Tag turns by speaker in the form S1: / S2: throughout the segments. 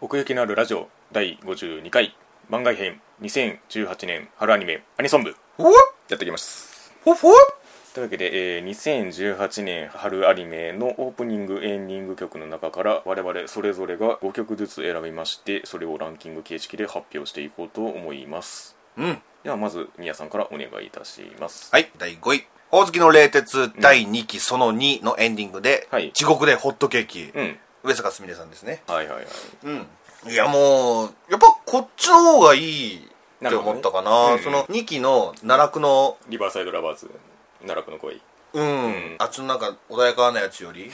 S1: 奥行きのあるラジオ第52回番外編2018年春アニメアニソン部
S2: ほっ
S1: やっていきます
S2: ほっほっ
S1: というわけで、えー2018年春アニメのオープニングエンディング曲の中から我々それぞれが5曲ずつ選びましてそれをランキング形式で発表していこうと思います
S2: うん。
S1: ではまず宮さんからお願いいたします
S2: はい、第5位。大月の冷徹第2期その2のエンディングで、
S1: はい
S2: 地獄でホットケーキ、
S1: うん
S2: 上坂すみれさんですね。
S1: はいはいはい
S2: うん。いやもう、やっぱこっちの方がいいって思ったかな。
S1: なるほどねうん
S2: その2期の奈落の、
S1: リバーサイドラバーズ奈落の恋
S2: うん、
S1: ん
S2: あっちのなんか穏やかなやつよ り、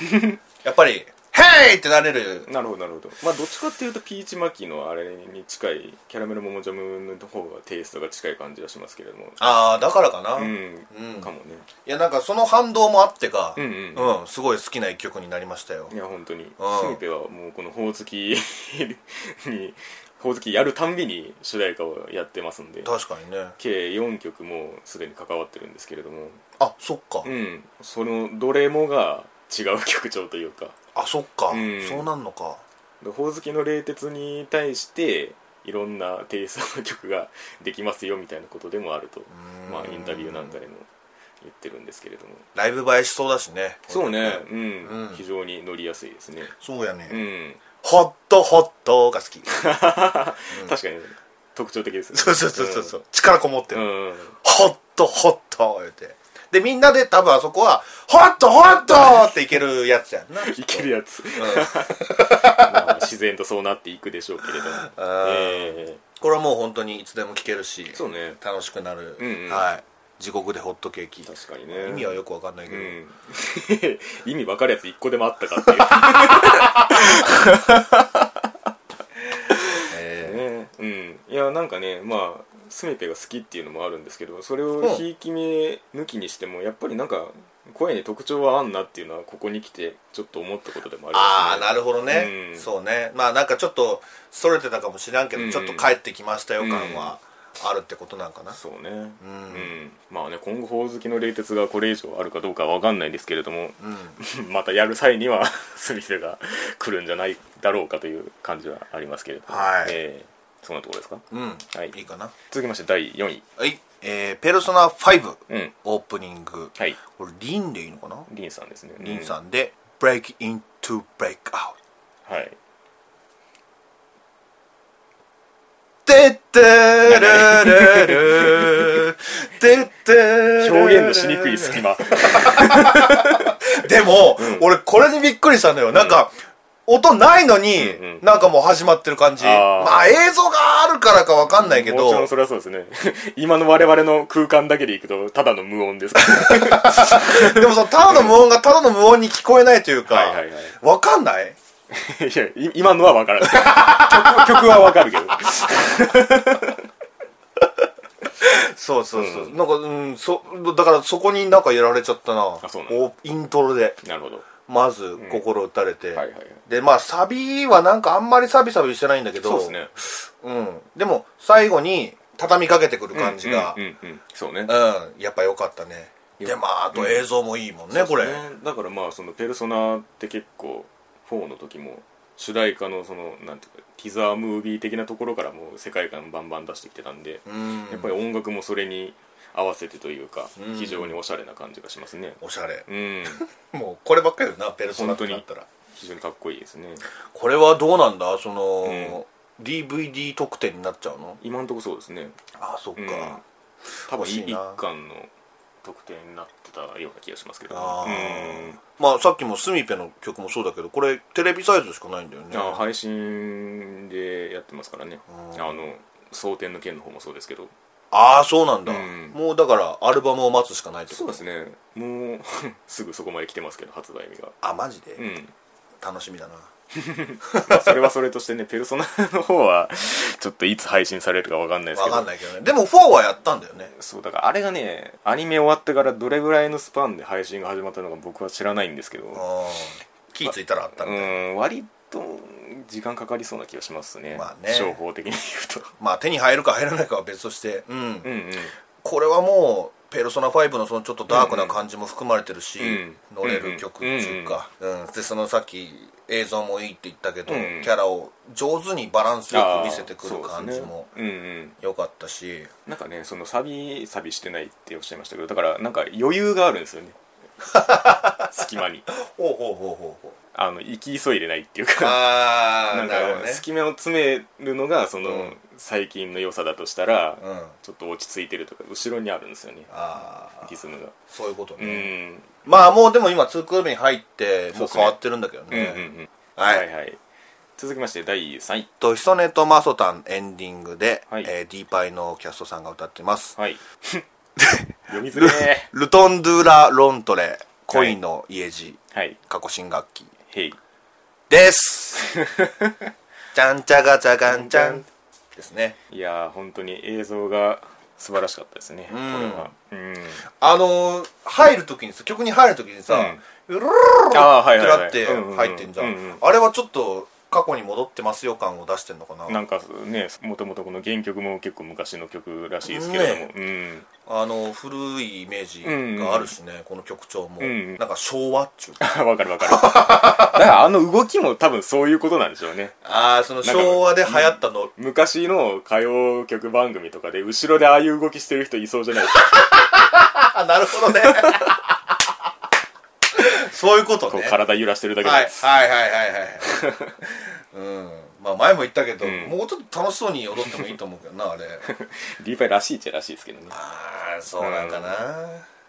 S2: やっぱり、ヘイってなれる。
S1: なるほどなるほどまあどっちかっていうとピーチマキのあれに近いキャラメルモモジャムの方がテイストが近い感じがしますけれども
S2: ああ、だからかな。
S1: う
S2: い
S1: ん、
S2: うん
S1: かもね
S2: やなんかその反動もあってか、
S1: うんうん、
S2: うん、すごい好きな一曲になりましたよ
S1: い。や本当にすべてはもうこのほおずきにほおずきやるたんびに主題歌をやってますんで
S2: 確かにね。
S1: 計4曲もうすでに関わってるんですけれども
S2: あ、そっか。
S1: うんそのどれもが違う曲調というか
S2: あ、そっか。
S1: うん
S2: そうなんのか。
S1: でほおずきの冷徹に対していろんなテイストの曲ができますよみたいなことでもあるとまあインタビューなんかでも言ってるんですけれども
S2: ライブ映えしそうだしね
S1: そうねうん、
S2: うん
S1: 非常に乗りやすいですね
S2: そうや
S1: う
S2: ね
S1: ん、
S2: ホットホットが好き
S1: 確かに特徴的ですね
S2: そうそうそうそうそう力こもって
S1: う
S2: る
S1: ん、うん
S2: ホットホット言うてでみんなで多分あそこはホットホットっていけるやつやんな
S1: いけるや つ、まあ自然とそうなっていくでしょうけれども
S2: あー
S1: え
S2: これはもう本当にいつでも聴けるし
S1: ーそうね
S2: 楽しくなる
S1: うんうん
S2: はい地獄でホットケーキ
S1: 確かにね
S2: 意味はよくわかんないうけど
S1: ん 意味わかるやつ一個でもあったかっていう
S2: え
S1: ね、うん、いやなんかねまあスミペが好きっていうのもあるんですけどそれをひいき目抜きにしてもやっぱりなんか声に特徴はあんなっていうのはここに来てちょっと思ったことでもあり
S2: ああ
S1: ますね
S2: なるほど
S1: う
S2: ね
S1: ん
S2: そうねまあなんかちょっとそれてたかもしらんけ
S1: う
S2: ど
S1: ん
S2: ちょっと帰ってきましたよ感はあるってことなんかな
S1: そうね
S2: う
S1: うんんまあね今後ほおずきの冷徹がこれ以上あるかどうかは分かんないですけれども
S2: う ん
S1: またやる際にはスミペが来るんじゃないだろうかという感じはありますけれども
S2: はい
S1: えーそんなところですか
S2: うん、
S1: はい
S2: いいかな
S1: 続きまして第4位
S2: はいえー「ペルソナ5
S1: うん」
S2: オープニング、
S1: はい
S2: これリンでいいのかな、
S1: リンさんですね
S2: リン
S1: う
S2: さんで「Break into Break Out
S1: んはい」
S2: てってれれれてってれ れ
S1: 表現のしにくい隙間
S2: でも、俺これにびっくりしたのよなんか、音ないのに、
S1: うんうん
S2: なんかもう始まってる感じ
S1: あー
S2: まあ映像があるからかわかんないけ
S1: もちろ
S2: ど
S1: んそれはそうですね 今の我々の空間だけでいくとただの無音ですから
S2: でもそのただの無音がただの無音に聞こえないというかわ、
S1: はいはいはい
S2: かんない
S1: いやい今のは分からない曲曲は分かるけど
S2: そうそうそう、なんかうんそだからそこになんかやられちゃったな
S1: あそうなんだ
S2: おイントロで
S1: なるほど
S2: まず心打たれて、
S1: はいはいはい
S2: でまあサビはなんかあんまりサビサビしてないんだけど
S1: そうですね
S2: うん、でも最後に畳みかけてくる感じが
S1: う
S2: うんん、
S1: うんうんうんそうね
S2: やっぱ良かったね
S1: よ
S2: でまああと映像もいいもんね、これ
S1: そうですねだからまあその「ペルソナ」って結構4の時も主題歌のそのなんていうかティザームービー的なところからもう世界観バンバン出してきてたんで、
S2: うん
S1: やっぱり音楽もそれに合わせてというか、
S2: うん
S1: 非常におしゃれな感じがしますね
S2: おしゃれ
S1: うん、
S2: もうこればっかりだなペルソナってなったら
S1: 非常にかっこいいですね
S2: これはどうなんだその、DVD 特典になっちゃうの
S1: 今んとこそうですね
S2: ああそっか、
S1: うん多分
S2: 欲しい
S1: 一
S2: な
S1: 巻の特典になってたような気がしますけど
S2: あー
S1: うん
S2: まあさっきもスミペの曲もそうだけどこれテレビサイズしかないんだよね
S1: あー配信でやってますからね
S2: うん
S1: あの蒼天の剣の方もそうですけど
S2: ああそうなんだ、
S1: うん
S2: もうだからアルバムを待つしかないってこと
S1: そうですねもう すぐそこまで来てますけど発売日が
S2: あマジで、
S1: うん
S2: 楽しみだな
S1: まあそれはそれとしてね「ペルソナ」の方はちょっといつ配信されるかわかんないです
S2: わ
S1: けど
S2: かんないけどねでも4はやったんだよね
S1: そうだからあれがねアニメ終わってからどれぐらいのスパンで配信が始まったのか僕は知らないんですけど
S2: あー気ぃついたらあったん
S1: う
S2: だよ
S1: ん割と時間かかりそうな気がしますね,、
S2: まあね
S1: 商法的に言うと
S2: まあ手に入るか入らないかは別として、うん
S1: うんうん
S2: これはもうペルソナ5のそのちょっとダークな感じも含まれてるし、
S1: うん
S2: 乗れる曲っていうか、うんでそのさっき映像もいいって言ったけど、キャラを上手にバランスよく見せてくる感じも
S1: あーそうですねうんうん
S2: 良かったし
S1: なんかねそのサビサビしてないっておっしゃいましたけどだからなんか余裕があるんです よね隙間に
S2: ほうほうほうほうほう
S1: あの行き急いでないっていうか
S2: あ
S1: な
S2: あ
S1: ん
S2: なるほど
S1: か
S2: ね
S1: 隙間を詰めるのがその、
S2: うん
S1: 最近の良さだとしたら、
S2: うんあ
S1: ちょっと落ち着いてるとか後ろにあるんですよね
S2: あ
S1: リズムが
S2: そういうこと
S1: うん
S2: ね、まあもうでも今2クール目に入ってもう変わってるんだけど
S1: うんうんう
S2: ね
S1: ん
S2: はい、
S1: はいはい続きまして第3位
S2: と「ヒソネとマソタン」エンディングで、
S1: はい
S2: えー、ディーパイのキャストさんが歌ってます
S1: はい読みづれー
S2: 「ルトン・ドゥ・ラ・ロントレ恋の家路
S1: はい」
S2: 過去新学期
S1: へい
S2: です じゃんちゃがちゃがんちゃんですね
S1: いやー本当に映像が素晴らしかったですね、これはうん
S2: あのー、入る時にさ曲に入る時にさ「うるるる
S1: ああはい
S2: っ
S1: は
S2: て
S1: い、はい、
S2: なって入ってんじゃ
S1: うんうう
S2: あれはちょっと過去に戻ってますよ感を出してんのかな
S1: なんかねもともとこの原曲も結構昔の曲らしいですけれども、
S2: あの古いイメージがあるしね、この曲調も、
S1: ん
S2: なんか昭和っちゅうか
S1: うん わかるわかるだからあの動きも多分そういうことなんでしょうね
S2: ああその昭和で流行ったの
S1: 昔の歌謡曲番組とかで後ろでああいう動きしてる人いそうじゃないですか
S2: あなるほ どねそういうこと
S1: こ
S2: ね
S1: う体揺らしてるだけの
S2: はい
S1: やつ、
S2: はいはいはいはいうんまあ前も言ったけど、
S1: ん
S2: もうちょっと楽しそうに踊ってもいいと思うけどなあれ
S1: リーパイらしいっちゃらしいですけどね
S2: ああそうなんかな、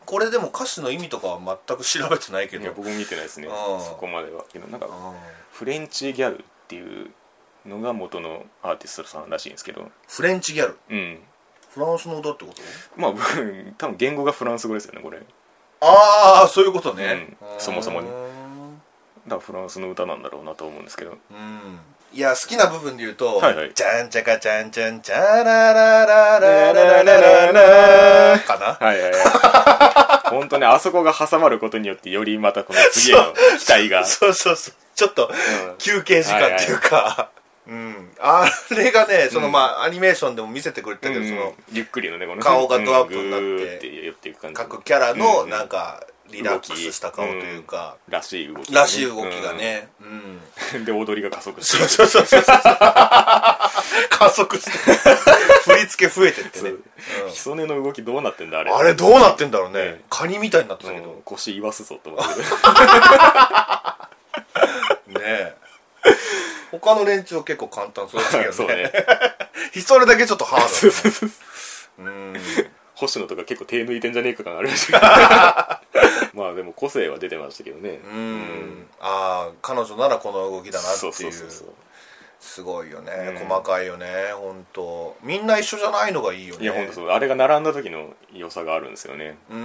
S2: これでも歌詞の意味とかは全く調べてないけ
S1: い
S2: ど
S1: や僕も見てないですね
S2: あー
S1: そこまではけどなんか
S2: うん
S1: フレンチギャルっていうのが元のアーティストさんらしいんですけど
S2: フレンチギャル
S1: うん
S2: フランスの歌ってこと
S1: まあ 僕多分言語がフランス語ですよねこれだか
S2: ああそういうことね、
S1: うんそもそもね
S2: うん
S1: らフランスの歌なんだろうなと思うんですけど
S2: うんいや好きな部分で言うと
S1: はいはい
S2: 「ちゃんちゃかちゃんちゃんちゃららららららららら」かな
S1: はいはいはい本当ねあそこが挟まることによってよりまたこの次への期待が
S2: そうそうそうちょっと
S1: うん
S2: 休憩時間っていうかうんあれがねそのまあアニメーションでも見せてくれたけどその
S1: ゆっくりのねこの
S2: 顔がドアップになって
S1: うんグーって寄っていく感じ
S2: 各キャラの
S1: うん
S2: なんかリラックスした顔というか
S1: らしい動き、
S2: らしい動きがねうん
S1: うん、で踊りが加速して
S2: そうそうそうそうそう加速して振り付け増えてってねうん
S1: ひそねの動きどうなってんだあれ
S2: あれどうなってんだろうね、
S1: ね
S2: カニみたいになって
S1: う
S2: たけど、
S1: ん腰言わすぞと思って
S2: ねえ他の連中は結構簡 単そうだけ
S1: るそ
S2: ど
S1: う
S2: ね
S1: ね
S2: それだけちょっとハ ー
S1: そうそう そう
S2: ドだねうん
S1: 星野とか結構手抜いてんじゃねえか感ありま したけどまあでも個性は出てましたけどね
S2: うん、ああ彼女ならこの動きだなってい
S1: そううそうそうそう
S2: すごいよね、
S1: うん
S2: 細かいよね本当みんな一緒じゃないのがいいよね
S1: いや本当そうあれが並んだ時の良さがあるんですよね
S2: うん、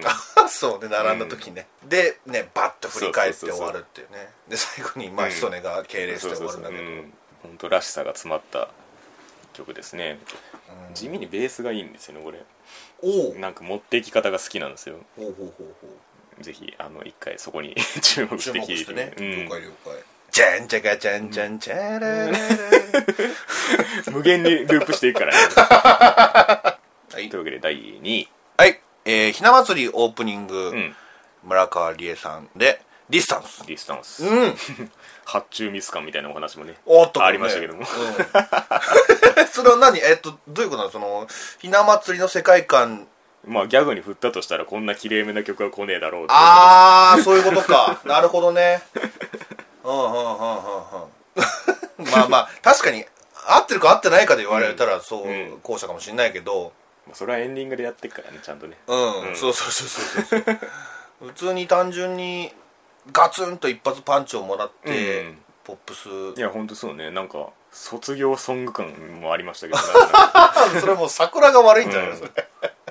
S1: ん
S2: そうね並んだ時ね、でねバッと振り返って
S1: そうそう
S2: 終
S1: そう
S2: わるっていうねで最後にま
S1: う
S2: あ
S1: ん
S2: ヒソネが敬礼し
S1: そう
S2: て
S1: そう
S2: 終わ
S1: そ
S2: る
S1: うん
S2: だけど、
S1: ん本当らしさが詰まった曲ですね、地味にベースがいいんですよねこれ
S2: おう
S1: なんか持っていき方が好きなんですよ
S2: ほうほうほうほう
S1: ぜひあの一回そこに 注目
S2: 注
S1: して
S2: 目
S1: 聞
S2: し
S1: いて
S2: てね、
S1: うん
S2: 了解了解じゃんじゃかじゃんじゃんじゃららら
S1: 無限にループしていくからね
S2: はい
S1: というわけで第2位
S2: はい、えー、ひな祭りオープニング、
S1: うん
S2: 村川理恵さんで「ディスタンス
S1: ディスタン」ス
S2: うん
S1: 発注ミス感みたいなお話もね
S2: おっと
S1: ありましたけども
S2: うん それは何えっとどういうことなのそのひな祭りの世界観
S1: まあギャグに振ったとしたらこんなきれいめな曲は来ねえだろうっていう
S2: ああそういうことかなるほどねうんうんうんうんうん まあまあ確かに合ってるか合ってないかで言われたらそう
S1: うん
S2: 後者かもしれないけど、
S1: まあそれはエンディングでやってっからねちゃんとね
S2: うん、
S1: うん
S2: そうそうそうそうそう普通に単純にガツンと一発パンチをもらっ
S1: う
S2: て、
S1: ん
S2: ポップス
S1: いやほんとそうねなんか卒業ソング感もありま したけどなんか
S2: それもう桜が悪いんじゃないですか、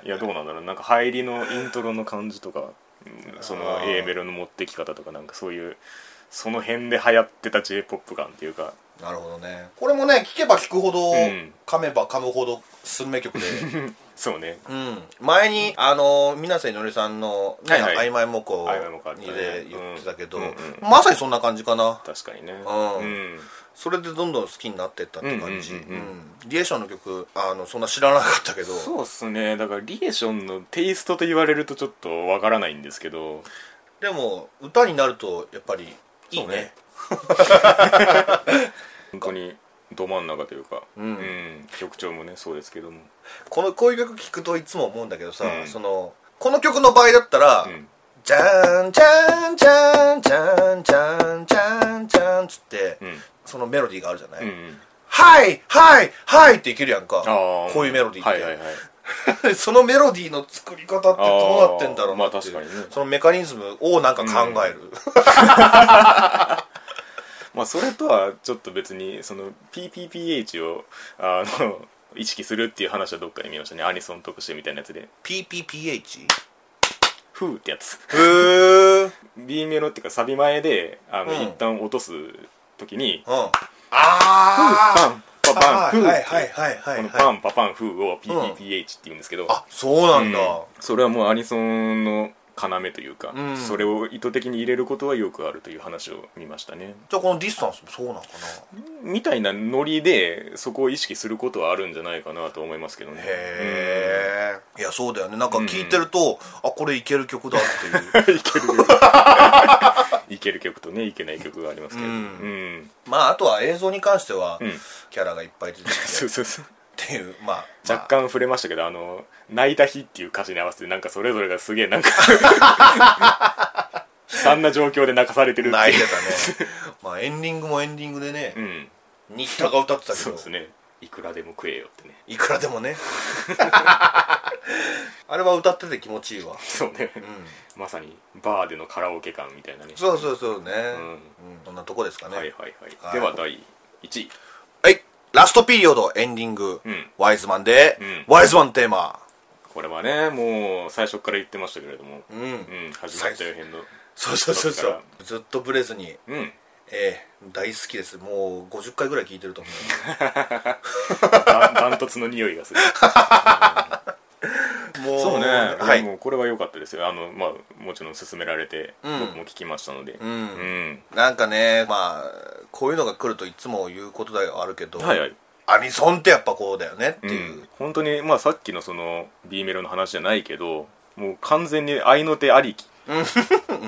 S1: いやどうなんだろうなんか入りのイントロの感じとかうんその
S2: あー
S1: A メロの持ってき方とかなんかそういうその辺で流行ってた j p o p 感っていうか
S2: なるほどねこれもね聞けば聞くほど、
S1: ん
S2: 噛めば噛むほどスルメ曲で
S1: そうね
S2: うん、前にあの皆瀬のりさんの、ね
S1: はいはい
S2: 曖昧模倣
S1: 曖昧模倣あったね
S2: にで言ってたけど、
S1: うんうんう
S2: まさにそんな感じかな
S1: 確かにね
S2: うん
S1: うん
S2: それでどんどん好きになってったって感じ
S1: うんうんうんうん
S2: うんリエーションの曲あのそんな知らなかったけど
S1: そうっすねだからリエーションのテイストと言われるとちょっとわからないんですけど
S2: でも歌になるとやっぱりいいね
S1: そうね本当にど真ん中というか、
S2: うん
S1: 曲調もねそうですけども、
S2: このこういう曲聴くといつも思うんだけどさ、
S1: うん
S2: そのこの曲の場合だったら、
S1: うん
S2: じゃんじゃんじゃんじゃんじゃんじゃんじゃんつって、
S1: うん
S2: そのメロディーがあるじゃない、
S1: うんうん、
S2: はいはいはいっていけるやんか
S1: あー
S2: こういうメロディーって、
S1: はいはいはい
S2: そのメロディーの作り方ってどうなってんだろうなっていう
S1: あーまあ確かにね
S2: そのメカニズムをなんか考える、
S1: まあそれとはちょっと別にその PPPH をあの 意識するっていう話はどっかで見ましたねアニソン特集みたいなやつで
S2: PPPH?
S1: 「フー」ってやつ
S2: へえ
S1: B メロっていうかサビ前であの、
S2: うん
S1: 一旦落とす時に
S2: うん
S1: 「パ
S2: ああ
S1: ンパパン
S2: は
S1: フ
S2: い
S1: ー」
S2: はいはいはいは
S1: こ
S2: い
S1: の「
S2: は
S1: パ
S2: い
S1: ンパパンフー」を PPPH って言うんですけど、
S2: あそうなんだ、
S1: うんそれはもうアニソンの要というか、
S2: うん
S1: それを意図的に入れることはよくあるという話を見ましたね
S2: じゃあこのディスタンスもそうなのかな
S1: みたいなノリでそこを意識することはあるんじゃないかなと思いますけどね
S2: へえいやそうだよねなんか聞いてると、あこれいける曲だ っていう
S1: いける曲とねいけない曲がありますけど
S2: う
S1: うんん、
S2: まああとは映像に関しては、
S1: うん
S2: キャラがいっぱい出てきて
S1: そうそうそう
S2: っていうまあ
S1: 若干触れましたけどあの「泣いた日」っていう歌詞に合わせてなんかそれぞれがすげえ なんか悲惨な状況で泣かされてるっていう
S2: まあ泣い てたねまあエンディングもエンディングでね
S1: う、ん
S2: 新田が歌ってたけ
S1: そう
S2: ど、
S1: ですねいくらでも食えよってね
S2: いくらでも ねあれは歌ってて気持ちいいわ、
S1: そうね
S2: うん、
S1: まさにバーでのカラオケ感みたいなね
S2: そうそうそうね、
S1: う
S2: うん
S1: ん
S2: そんなとこですかね
S1: はいはいはい、
S2: はい
S1: では第1位
S2: はいラストピリオドエンディング、
S1: うん
S2: ワイズマンで、
S1: うん
S2: ワイズマンテーマ
S1: これはねもう最初から言ってましたけれども
S2: うん、
S1: うん始まったよ編の
S2: そうそうそうそ
S1: だ
S2: うずっとブレずに
S1: うん
S2: ええ大好きですもう50回ぐらい聴いてると思
S1: ダンダントツの匂いがす る
S2: うもう
S1: そうね、
S2: は
S1: も
S2: いう
S1: これは良かったですよあの、まあ、もちろん勧められて、
S2: うん
S1: 僕も聞きましたので、うん
S2: んなんかねまあこういうのが来るといつも言うことではあるけど、
S1: はいはい
S2: アニソンってやっぱこうだよねって
S1: う
S2: いう、
S1: ん、本当にまあさっきのその B メロの話じゃないけどもう完全に合いの手ありき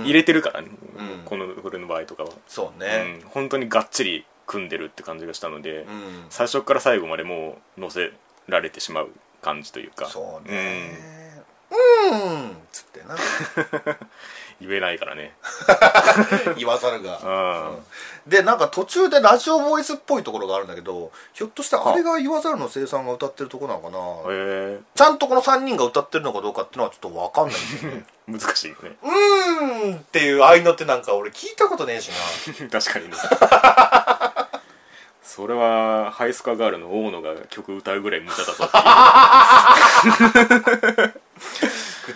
S1: 入れてるからね、
S2: うん
S1: このこれの場合とかは、
S2: そう
S1: うん
S2: ね、
S1: 本当にがっちり組んでるって感じがしたので、
S2: うん
S1: 最初から最後までもう乗せられてしまう感じというか
S2: そう
S1: うん
S2: ねうんつって な
S1: 言えないからね
S2: 言わざる
S1: う
S2: が
S1: ん、
S2: でなんか途中でラジオボイスっぽいところがあるんだけどひょっとしてあれが言わざるの生産が歌ってるとこなのかな
S1: へえ
S2: ちゃんとこの3人が歌ってるのかどうかっていうのはちょっと分かんないんだよね
S1: 難しいよね
S2: うーんっていう合いのってなんか俺聞いたことねえし な
S1: 確か にねそれはハイスカガールの大野が曲歌うぐらい無駄だぞっていう
S2: 口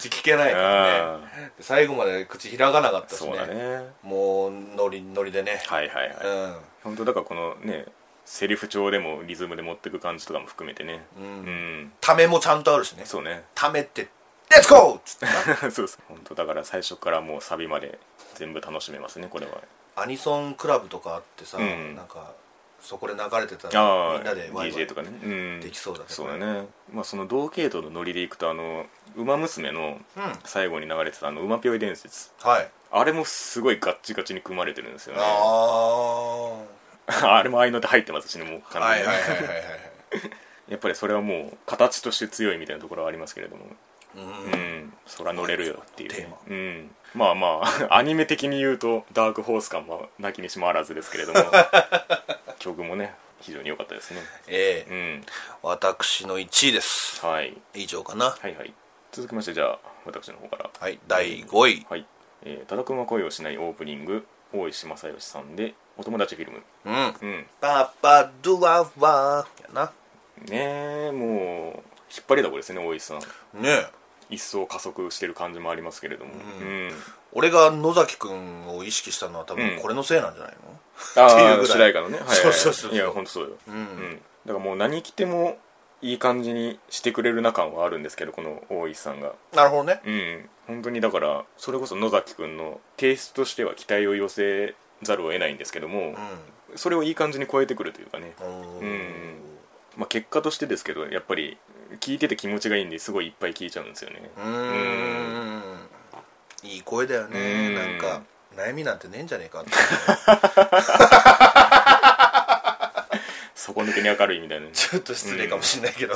S2: 聞けないから ね最後まで口開かなかったし
S1: そ
S2: ね
S1: うだね
S2: もうノリノリでね、
S1: はいはいはい、
S2: うん
S1: 本当だからこのねセリフ調でもリズムで持ってく感じとかも含めてね
S2: う
S1: うん、
S2: んためもちゃんとあるしね
S1: そうね
S2: ためて「レッツゴー!」っつって
S1: そうそう本当だから最初からもうサビまで全部楽しめますねこれは
S2: アニソンクラブとかあってさ、
S1: うん
S2: なんかそこで流れてた
S1: あ
S2: ら
S1: あ
S2: みんなでワイワ
S1: DJ
S2: イ
S1: とかね、うん、
S2: できそうだね
S1: そうだね、まあ、その同系統のノリでいくとあの「ウマ娘」の
S2: うん
S1: 最後に流れてたあの「ウマぴょい伝説
S2: はい」
S1: あれもすごいガッチガチに組まれてるんですよねあ
S2: あ
S1: れも合いの手入ってますしねもう
S2: あ
S1: 完
S2: は
S1: 全
S2: い
S1: に、
S2: はいはいはいはい
S1: やっぱりそれはもう形として強いみたいなところはありますけれども
S2: うん
S1: うん、そら乗れるよっていう、
S2: テーマ
S1: うん、まあまあ アニメ的に言うとダークホース感もなきにしもあらずですけれど も曲もね非常に良かったですね、
S2: ええ
S1: うん
S2: 私の1位です
S1: はい、
S2: 以上かな
S1: はいはい続きましてじゃあ私の方から
S2: はい第5位
S1: はい「えー、多田くんは恋をしない」オープニング大石正義さんで「お友達フィルム
S2: うん」
S1: うん
S2: パパドゥワワやな
S1: ねえもう引っ張りだこですね大石さん
S2: ねえ
S1: 一層加速してる感じもありますけれども、
S2: う
S1: う
S2: ん
S1: ん
S2: 俺が野崎くんを意識したのは多
S1: う
S2: 分
S1: ん
S2: これのせいなんじゃないの、
S1: あ
S2: っていう
S1: あ
S2: ぐらい
S1: 主題歌のね、はいはいはい
S2: そうそうそうそう
S1: や本当そうよ、
S2: うん
S1: うんだからもう何着てもいい感じにしてくれるな感はあるんですけどこの大石さんが
S2: なるほどね
S1: うん本当にだからそれこそ野崎くんのテイストとしては期待を寄せざるを得ないんですけども、それをいい感じに超えてくるというかね、
S2: うん
S1: うんまあ、結果としてですけどやっぱり聞いてて気持ちがいいんですごいいっぱい聞いちゃうんですよね
S2: うーんいい声だよ
S1: う
S2: ね
S1: ん
S2: なんか悩みなんてねえんじゃねえかって
S1: 底抜けに明るいみ たいな
S2: ちょっと失礼かもしれないけど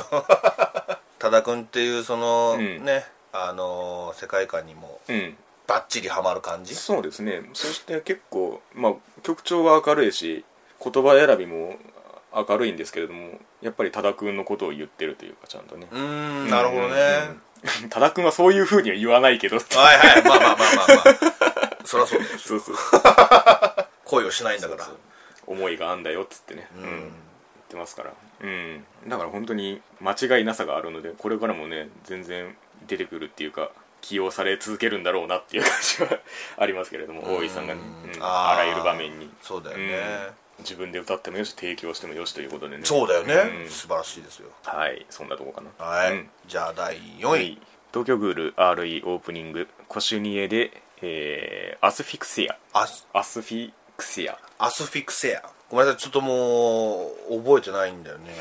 S2: 多田君っていうその
S1: うん
S2: ねあのー世界観にも
S1: うん
S2: バッチリハマる感じ
S1: そうですねそして結構、まあ、曲調は明るいし言葉選びも明るいんですけれどもやっぱり多田君のことを言ってるというかちゃんとね
S2: うーんなるほどね
S1: うん多田君はそういうふうには言わないけ どそ
S2: はいはいまあまあまあまあまあそりゃそうだよ
S1: うそう
S2: 恋をしないんだから
S1: そう思いがあんだよっつってね、う
S2: う
S1: ん言
S2: ん
S1: ってますから、うん、だから本当に間違いなさがあるのでこれからもね全然出てくるっていうか起用され続けるんだろうなっていう感じは ありますけれども大井さんがね、
S2: うん
S1: うん
S2: あー
S1: あらゆる場面に
S2: そうだよね
S1: うん自分で歌ってもよし提供してもよしということでね
S2: そうだよ
S1: う
S2: ね
S1: ん
S2: 素晴らしいですよ
S1: はいそんなとこかな
S2: は
S1: う
S2: い
S1: ん
S2: じゃあ第4位
S1: 東京グール RE オープニング「コシュニエで」えーアスフィクシア」
S2: アス
S1: アスフィクシア
S2: アスフィクセアごめんなさいちょっともう覚えてないんだ よね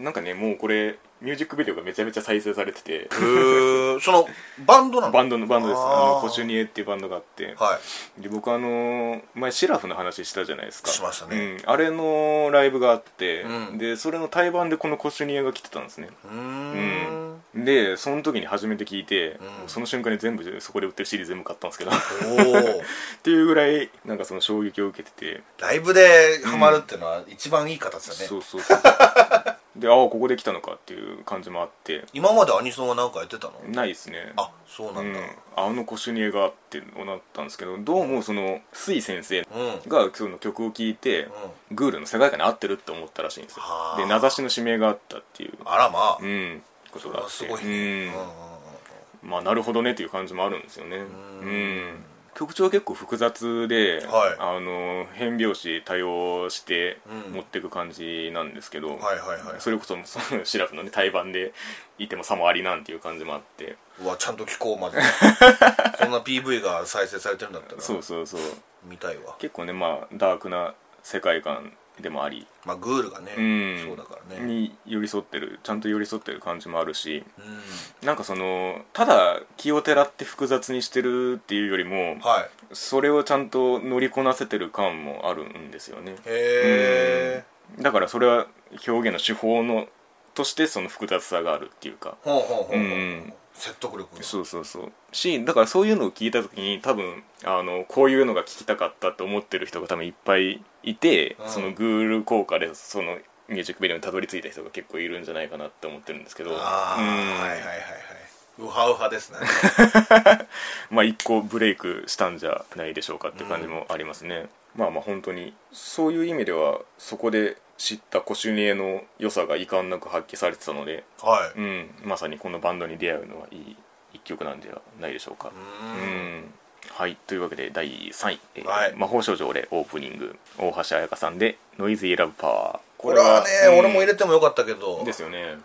S1: なんかねもうこれミュージックビデオがめちゃめちゃ再生されてて
S2: へーそのバンドなの
S1: バンドのバンドです
S2: あ
S1: あ
S2: ー
S1: のコシュニエっていうバンドがあって
S2: はい
S1: で僕あのー前シラフの話したじゃないですか
S2: しましたね
S1: うん、あれのライブがあって、
S2: うん
S1: でそれの対バンでこのコシュニエが来てたんですね
S2: うーん
S1: でその時に初めて聞いて、
S2: うん
S1: その瞬間に全部そこで売ってる CD 全部買ったんですけど っ
S2: おお
S1: ていうぐらいなんかその衝撃を受けてて、
S2: ライブでハマるっていうのは一番いい形だね、
S1: そうそうそうでああここで来たのかっていう感じもあって
S2: 今までアニソンは何かやってたの
S1: ないですね
S2: あそうなんだ
S1: うん、あのコシュニエがってなったんですけどどうもそのスイ先生
S2: うん、うん
S1: がその曲を聴いて、グールの世界観に合ってるって思ったらしいんですよ
S2: はあ
S1: で名指しの指名があったっていう、
S2: あらまあ、
S1: うん、こと
S2: そ
S1: があ
S2: れ
S1: っ
S2: は
S1: て
S2: すごいね、うん
S1: う
S2: うんん
S1: まあなるほどねっていう感じもあるんですよねうん
S2: ん
S1: 曲調は結構複雑で、
S2: はい
S1: あの変拍子多用して
S2: うん
S1: 持っていく感じなんですけど、
S2: はいはいはい
S1: それこそ そのシラフのね対バンでいてもさもありなんていう感じもあって
S2: うんうわちゃんと聞こう までそんな PV が再生されてるんだったら
S1: そうそうそう
S2: 見たいわ、
S1: 結構ねまあダークな世界観でもあり、
S2: まあ、グールがね、
S1: うん
S2: そうだからね、
S1: に寄り添ってるちゃんと寄り添ってる感じもあるし
S2: うん、
S1: なんかそのただ気をてらって複雑にしてるっていうよりも
S2: はい
S1: それをちゃんと乗りこなせてる感もあるんですよね
S2: へえ
S1: だからそれは表現の手法のとしてその複雑さがあるっていうか
S2: ほうほうほうほう、
S1: うん
S2: 説得力が
S1: そうそうそうしだからそういうのを聞いた時に多分あのこういうのが聞きたかったって思ってる人が多分いっぱいいて、
S2: うん
S1: そのグール効果でそのミュージックビデオにたどり着いた人が結構いるんじゃないかなって思ってるんですけど
S2: ああ、
S1: うん
S2: はいはいはいはいウハウハ ですね
S1: まあ一個ブレイクしたんじゃないでしょうかっていう感じもありますね、まあまあ本当にそういう意味ではそこで知ったコシュニエの良さが遺憾なく発揮されてたので、
S2: はい
S1: うん、まさにこのバンドに出会うのはいい一曲なんではないでしょうか、
S2: うん
S1: うんはいというわけで第3位、えー
S2: はい
S1: 魔法少女俺」オープニング大橋彩香さんで「ノイズイラブパワー」
S2: これはね、
S1: うん
S2: 俺も入れてもよかったけど
S1: ですよね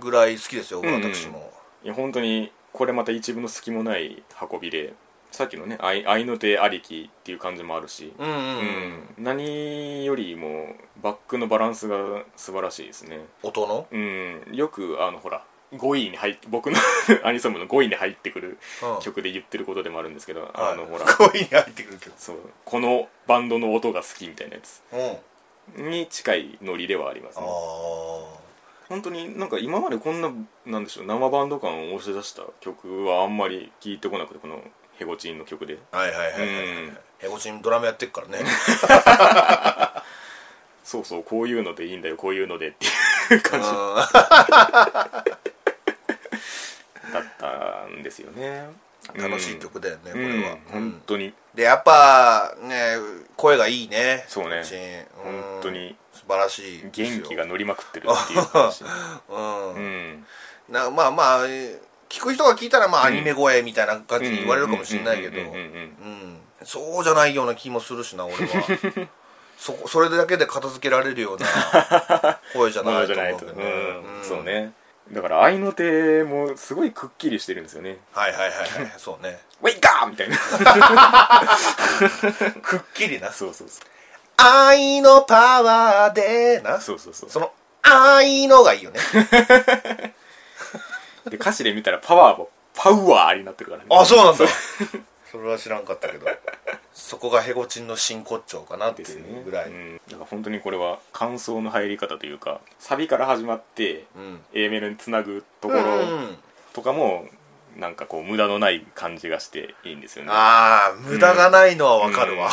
S2: ぐらい好きですよ
S1: んうん
S2: 私も、
S1: いや本当にこれまた一分の隙もない運びでさっきのね愛愛の手ありきっていう感じもあるし、
S2: うん、うんうん、
S1: うん何よりもバックのバランスが素晴らしいですね
S2: 音の、
S1: うんよくあのほら5位に入って僕の アニソン部の5位に入ってくる
S2: うん、
S1: 曲で言ってることでもあるんですけど、
S2: はい
S1: あのほら
S2: 声に入ってくる曲
S1: そうこのバンドの音が好きみたいなやつ
S2: うんあ
S1: に近いノリではあります
S2: あ
S1: ね本当になんか今までこんななんでしょう生バンド感を押し出した曲はあんまり聞いてこなくてこのヘゴチンの曲で
S2: はいはいはいはいはい、
S1: うん
S2: ヘゴチンドラムやってるからね
S1: そうそうこういうのでいいんだよこういうのでっていう感じ
S2: う
S1: だったんですよね
S2: ん楽しい曲だよね、
S1: う
S2: これ
S1: ん
S2: は、
S1: 本当に
S2: でやっぱね声がいいね
S1: そうね
S2: ヘゴチンうん
S1: 本当に
S2: 素晴らしいですよ
S1: 元気が乗りまくってるって いう感じ
S2: うん、
S1: うん
S2: なまあまあえー聞く人が聞いたらまあアニメ声みたいな感じに言われるかもしれないけど
S1: うんうんうんうんうんうん
S2: うんそうじゃないような気もするしな俺はそこそれだけで片付けられるような 声じゃ
S1: も
S2: な
S1: の
S2: い
S1: じ
S2: と
S1: ゃない
S2: 思う
S1: と、
S2: け
S1: うん
S2: どね、ん
S1: そうねだから合いの手もすごいくっきりしてるんですよね
S2: はいはいはいはいそう ね
S1: 「ウェイガー!」みたいな
S2: くっきりな
S1: そうそうそう
S2: 愛のパワーでな
S1: そうそうそう
S2: その愛のがい いよね
S1: で歌詞で見たらパワーもパウワーになってるからね
S2: あそうなんだそれは知らんかったけどそこがヘゴチンの真骨頂かなって
S1: です
S2: い
S1: ね
S2: うぐらい、
S1: うん、だから本当にこれは感想の入り方というかサビから始まって、
S2: うん
S1: A メロにつなぐと
S2: と
S1: ころとかも、なんかこう無駄のない感じがしていいんですよね
S2: ああ無駄がないのはわかるわ、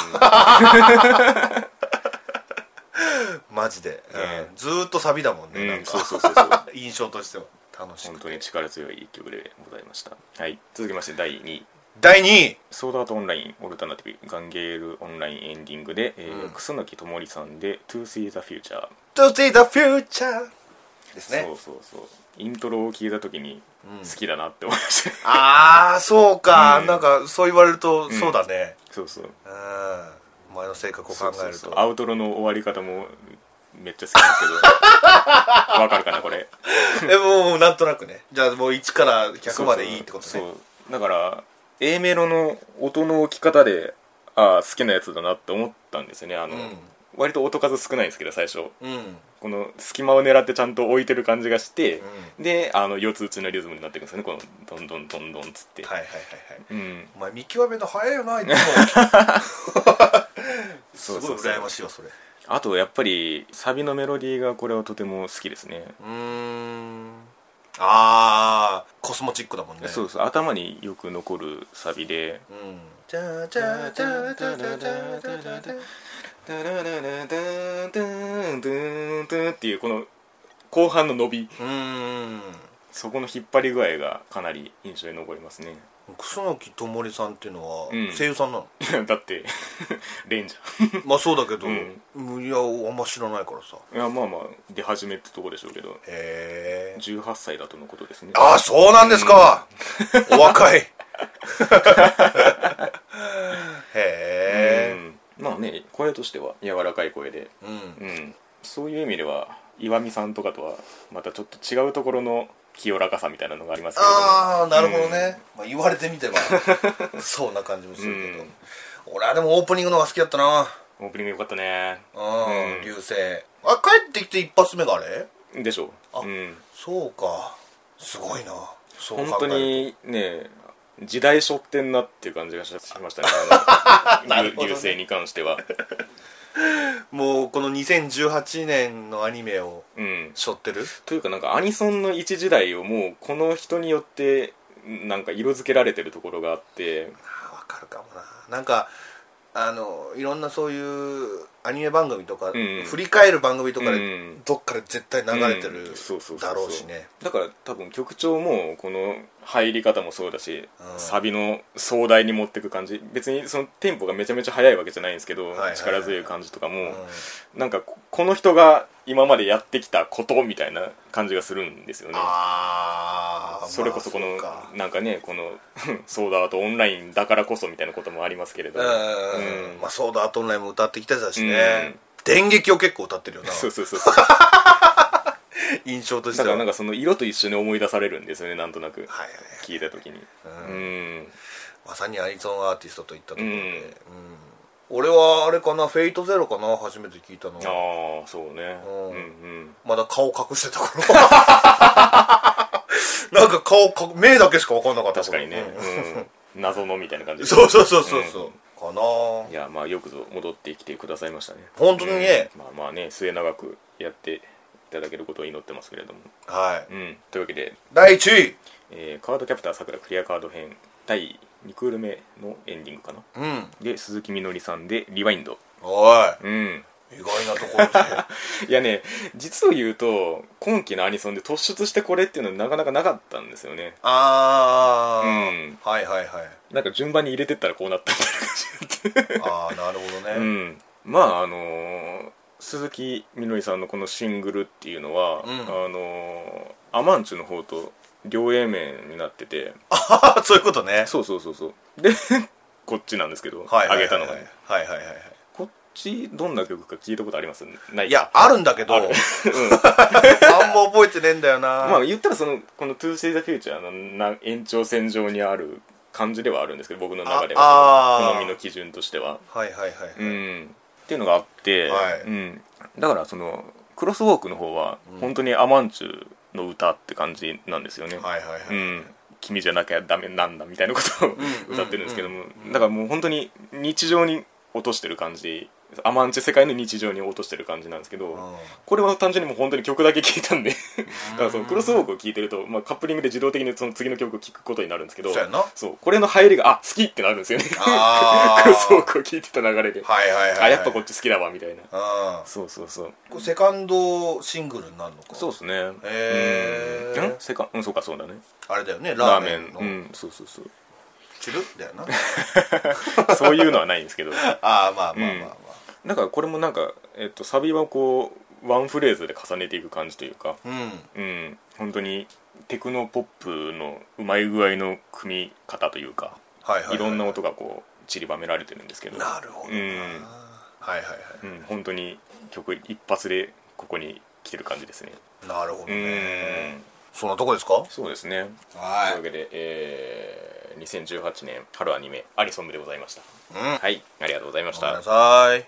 S2: マジで、
S1: ね
S2: うんずーっとサビだもん
S1: う
S2: ね、
S1: ん、
S2: な
S1: うんんそう
S2: か
S1: そうそうそう
S2: 印象としては楽し
S1: 本
S2: く
S1: 当
S2: て
S1: に力強い一曲でございましたはい続きまして第2位
S2: 第2位
S1: ソードアートオンラインオルタナティブガンゲールオンラインエンディングで、えー
S2: うん
S1: 楠木智りさんで「To See the Future
S2: 「To see the future」です」
S1: そ
S2: ね
S1: うそうそうイントロを聞いた時に
S2: うん
S1: 好きだなって思いま した、
S2: ああそうか、
S1: うん
S2: なんかそう言われるとそうだね
S1: そうそう
S2: うん、お前の性格を考えると
S1: そうそうそうアウトロの終わり方もめっちゃ好きなんですけ どわかるかなこれ
S2: えもうなんとなくねじゃあもう1から100までいいってことね
S1: そうそうそうだから A メロの音の置き方でああ好きなやつだなって思ったんですよねあの、
S2: うん
S1: 割と音数少ないんですけど最初
S2: うんうん
S1: この隙間を狙ってちゃんと置いてる感じがして、であの四つ打ちのリズムになっていくんですよねこのどんどんどんどんつって、
S2: はいはいはいはい
S1: うん
S2: お前見極めの早いよないつも す
S1: そうそ
S2: ごい
S1: うそう
S2: 羨ましいわそれ
S1: あとやっぱりサビのメロディーがこれはとても好きですね
S2: うーんああコスモチックだもんね
S1: そうそう頭によく残るサビで
S2: うんじゃあじゃあじゃあじゃあじゃあじゃあじゃあじゃあじゃあ
S1: ダラララダンダンダンダンっていうこの後半の伸び
S2: うーん
S1: そこの引っ張り具合がかなり印象に残りますね
S2: 楠木智りさんっていうのは
S1: うん
S2: 声優さんなの、
S1: だって レンジ
S2: まあそうだけど、
S1: うん
S2: いやあんま知らないからさ
S1: ャーいやまあまあ出始めってとこでしょうけど
S2: へえ
S1: 18歳だとのことですね
S2: ああそうなんですか、お若 いへえ
S1: うんまあね声としては柔らかい声で、
S2: うん、
S1: うん、そういう意味では岩見さんとかとはまたちょっと違うところの清らかさみたいなのがありますけれども
S2: ああなるほどね、まあ、言われてみ てばそうな感じもするけど、
S1: うん
S2: 俺はでもオープニングの方が好きだったな
S1: オープニングよかったね
S2: うん、
S1: うん
S2: 流星あ帰ってきて一発目があれ
S1: でしょ
S2: あ
S1: うん
S2: そうかすごいなそう
S1: 本
S2: 考
S1: 当
S2: えると
S1: にね時代背負ってんなっていう感じがしま したね
S2: な
S1: あ
S2: る
S1: の
S2: ほどね
S1: 流星に関しては
S2: もうこの2018年のアニメを
S1: うん
S2: 背負ってる
S1: というかなんかアニソンの一時代をもうこの人によってなんか色付けられてるところがあって
S2: あわかるかもななんかあのいろんなそういうアニメ番組と
S1: ん
S2: か、振り返る番組とかで、
S1: うん
S2: どっかで絶対流れてる
S1: うんそうそうそうそう
S2: だろうしね
S1: だから多分曲調もこの入り方もそうだし、
S2: うん
S1: サビの壮大に持ってく感じ別にそのテンポがめちゃめちゃ速いわけじゃないんですけど、
S2: はいはい
S1: 力強い感じとかも、
S2: うん
S1: なんかここの人が今までやってきたことみたいな感じがするんですよね
S2: ああ
S1: それこそこの、
S2: まあそうか
S1: なんかねこの ソーダアートオンラインだからこそみたいなこともありますけれど
S2: うん、
S1: うん
S2: まあそうだアートオンラインも歌ってきたしね、電撃を結構歌ってるよな
S1: そうそう そうそう
S2: 印象として
S1: だか
S2: は
S1: らなんかその色と一緒に思い出されるんですよねなんとなく
S2: はいはい
S1: 聞いた時に
S2: う
S1: うんん
S2: まさにアニソンアーティストといったところで、
S1: うん
S2: うん俺はあれかな「フェイトゼロかな初めて聞いたの
S1: ああそうね
S2: う
S1: うんんうん
S2: まだ顔隠してた頃 なんか顔か目だけしか分かんなかった
S1: 確かにね、うん、謎のみたいな感じ
S2: う
S1: で
S2: ん そうそうそうそうそう、
S1: うん
S2: かなぁ
S1: いやまあよくぞ戻ってきてくださいましたね
S2: 本当にね
S1: うんまあまあね末永くやっていただけることを祈ってますけれども
S2: はい
S1: うんというわけで、
S2: 第1位
S1: えーカードキャプターさくらクリアカード編第2クール目のエンディングかな
S2: うん
S1: で鈴木みのりさんで「リワインド
S2: おい」
S1: うん
S2: 意外なところで
S1: いやね実を言うと今期のアニソンで突出してこれっていうのはなかなかなかったんですよね
S2: ああ、
S1: うん
S2: はいはいはい
S1: なんか順番に入れてったらこうなったみたいな感じだっ
S2: ああなるほどね、
S1: たうんまああのー鈴木みのりさんのこのシングルっていうのは、
S2: うん
S1: あのーアマンチュの方と両 A 面になってて
S2: あ そういうことね
S1: そうそうそうそうで こっちなんですけど、
S2: はいはいはい
S1: 上げたのがね
S2: はいはいはいはい
S1: こっちどんな曲か聞いたことありますない
S2: いやあるんだけどあ
S1: あ
S2: ん
S1: る
S2: ま覚えてねえんだよな、
S1: まあ言ったらそのこの「ToSee the Future の」な延長線上にある感じではあるんですけど僕の中で
S2: ああ
S1: は
S2: ー
S1: 好みの基準としては、
S2: はいはいはい、
S1: うん、っていうのがあって、
S2: はい
S1: うん、だからそのクロスウォークの方は本当にアマンチュの歌って感じなんですよね、
S2: はいはいはい、
S1: うん、君じゃなきゃダメなんだみたいなことを
S2: うん
S1: 歌ってるんですけども、
S2: うん
S1: だからもう本当に日常に落としてる感じアマンチュ世界の日常に落としてる感じなんですけど、
S2: うん
S1: これは単純にもう本当に曲だけ聴いたんでだからそのクロスウォークを聴いてると、まあ、カップリングで自動的にその次の曲を聴くことになるんですけど
S2: そうやな
S1: そうこれの入りがあ好きってなるんですよね
S2: あ ー
S1: クロスウォークを聴いてた流れで、
S2: はいはいはい、はい、
S1: あやっぱこっち好きだわみたいな
S2: うん
S1: そうそうそう
S2: これセカンドシングルになるのか
S1: そうですね
S2: へー
S1: うんんセカンうんそうかそうだね
S2: あれだよねラ
S1: ラ
S2: ー
S1: ーメ
S2: メン
S1: ン
S2: の
S1: うんそうそう そう
S2: チルだよ な
S1: そういうのはないんですけど
S2: ああまあまあまあま
S1: だからこれもなんか、えっと、サビはこうワンフレーズで重ねていく感じというか
S2: あうん、
S1: うん本当にテクノポップのうまい具合の組み方というか
S2: はいはいはい
S1: ろんな音がこう散りばめられてるんですけど
S2: なるほどな、
S1: うん
S2: はいはいは
S1: うん本当に曲一発でここに来てる感じですね
S2: いなるほど
S1: う
S2: ね
S1: ん
S2: そんなとこですか
S1: そうですねと
S2: は
S1: いうわけで、えー2018年春アニメ「アニソン部」でございました
S2: うん
S1: はいありがとうございまし
S2: ごめん
S1: た
S2: なさい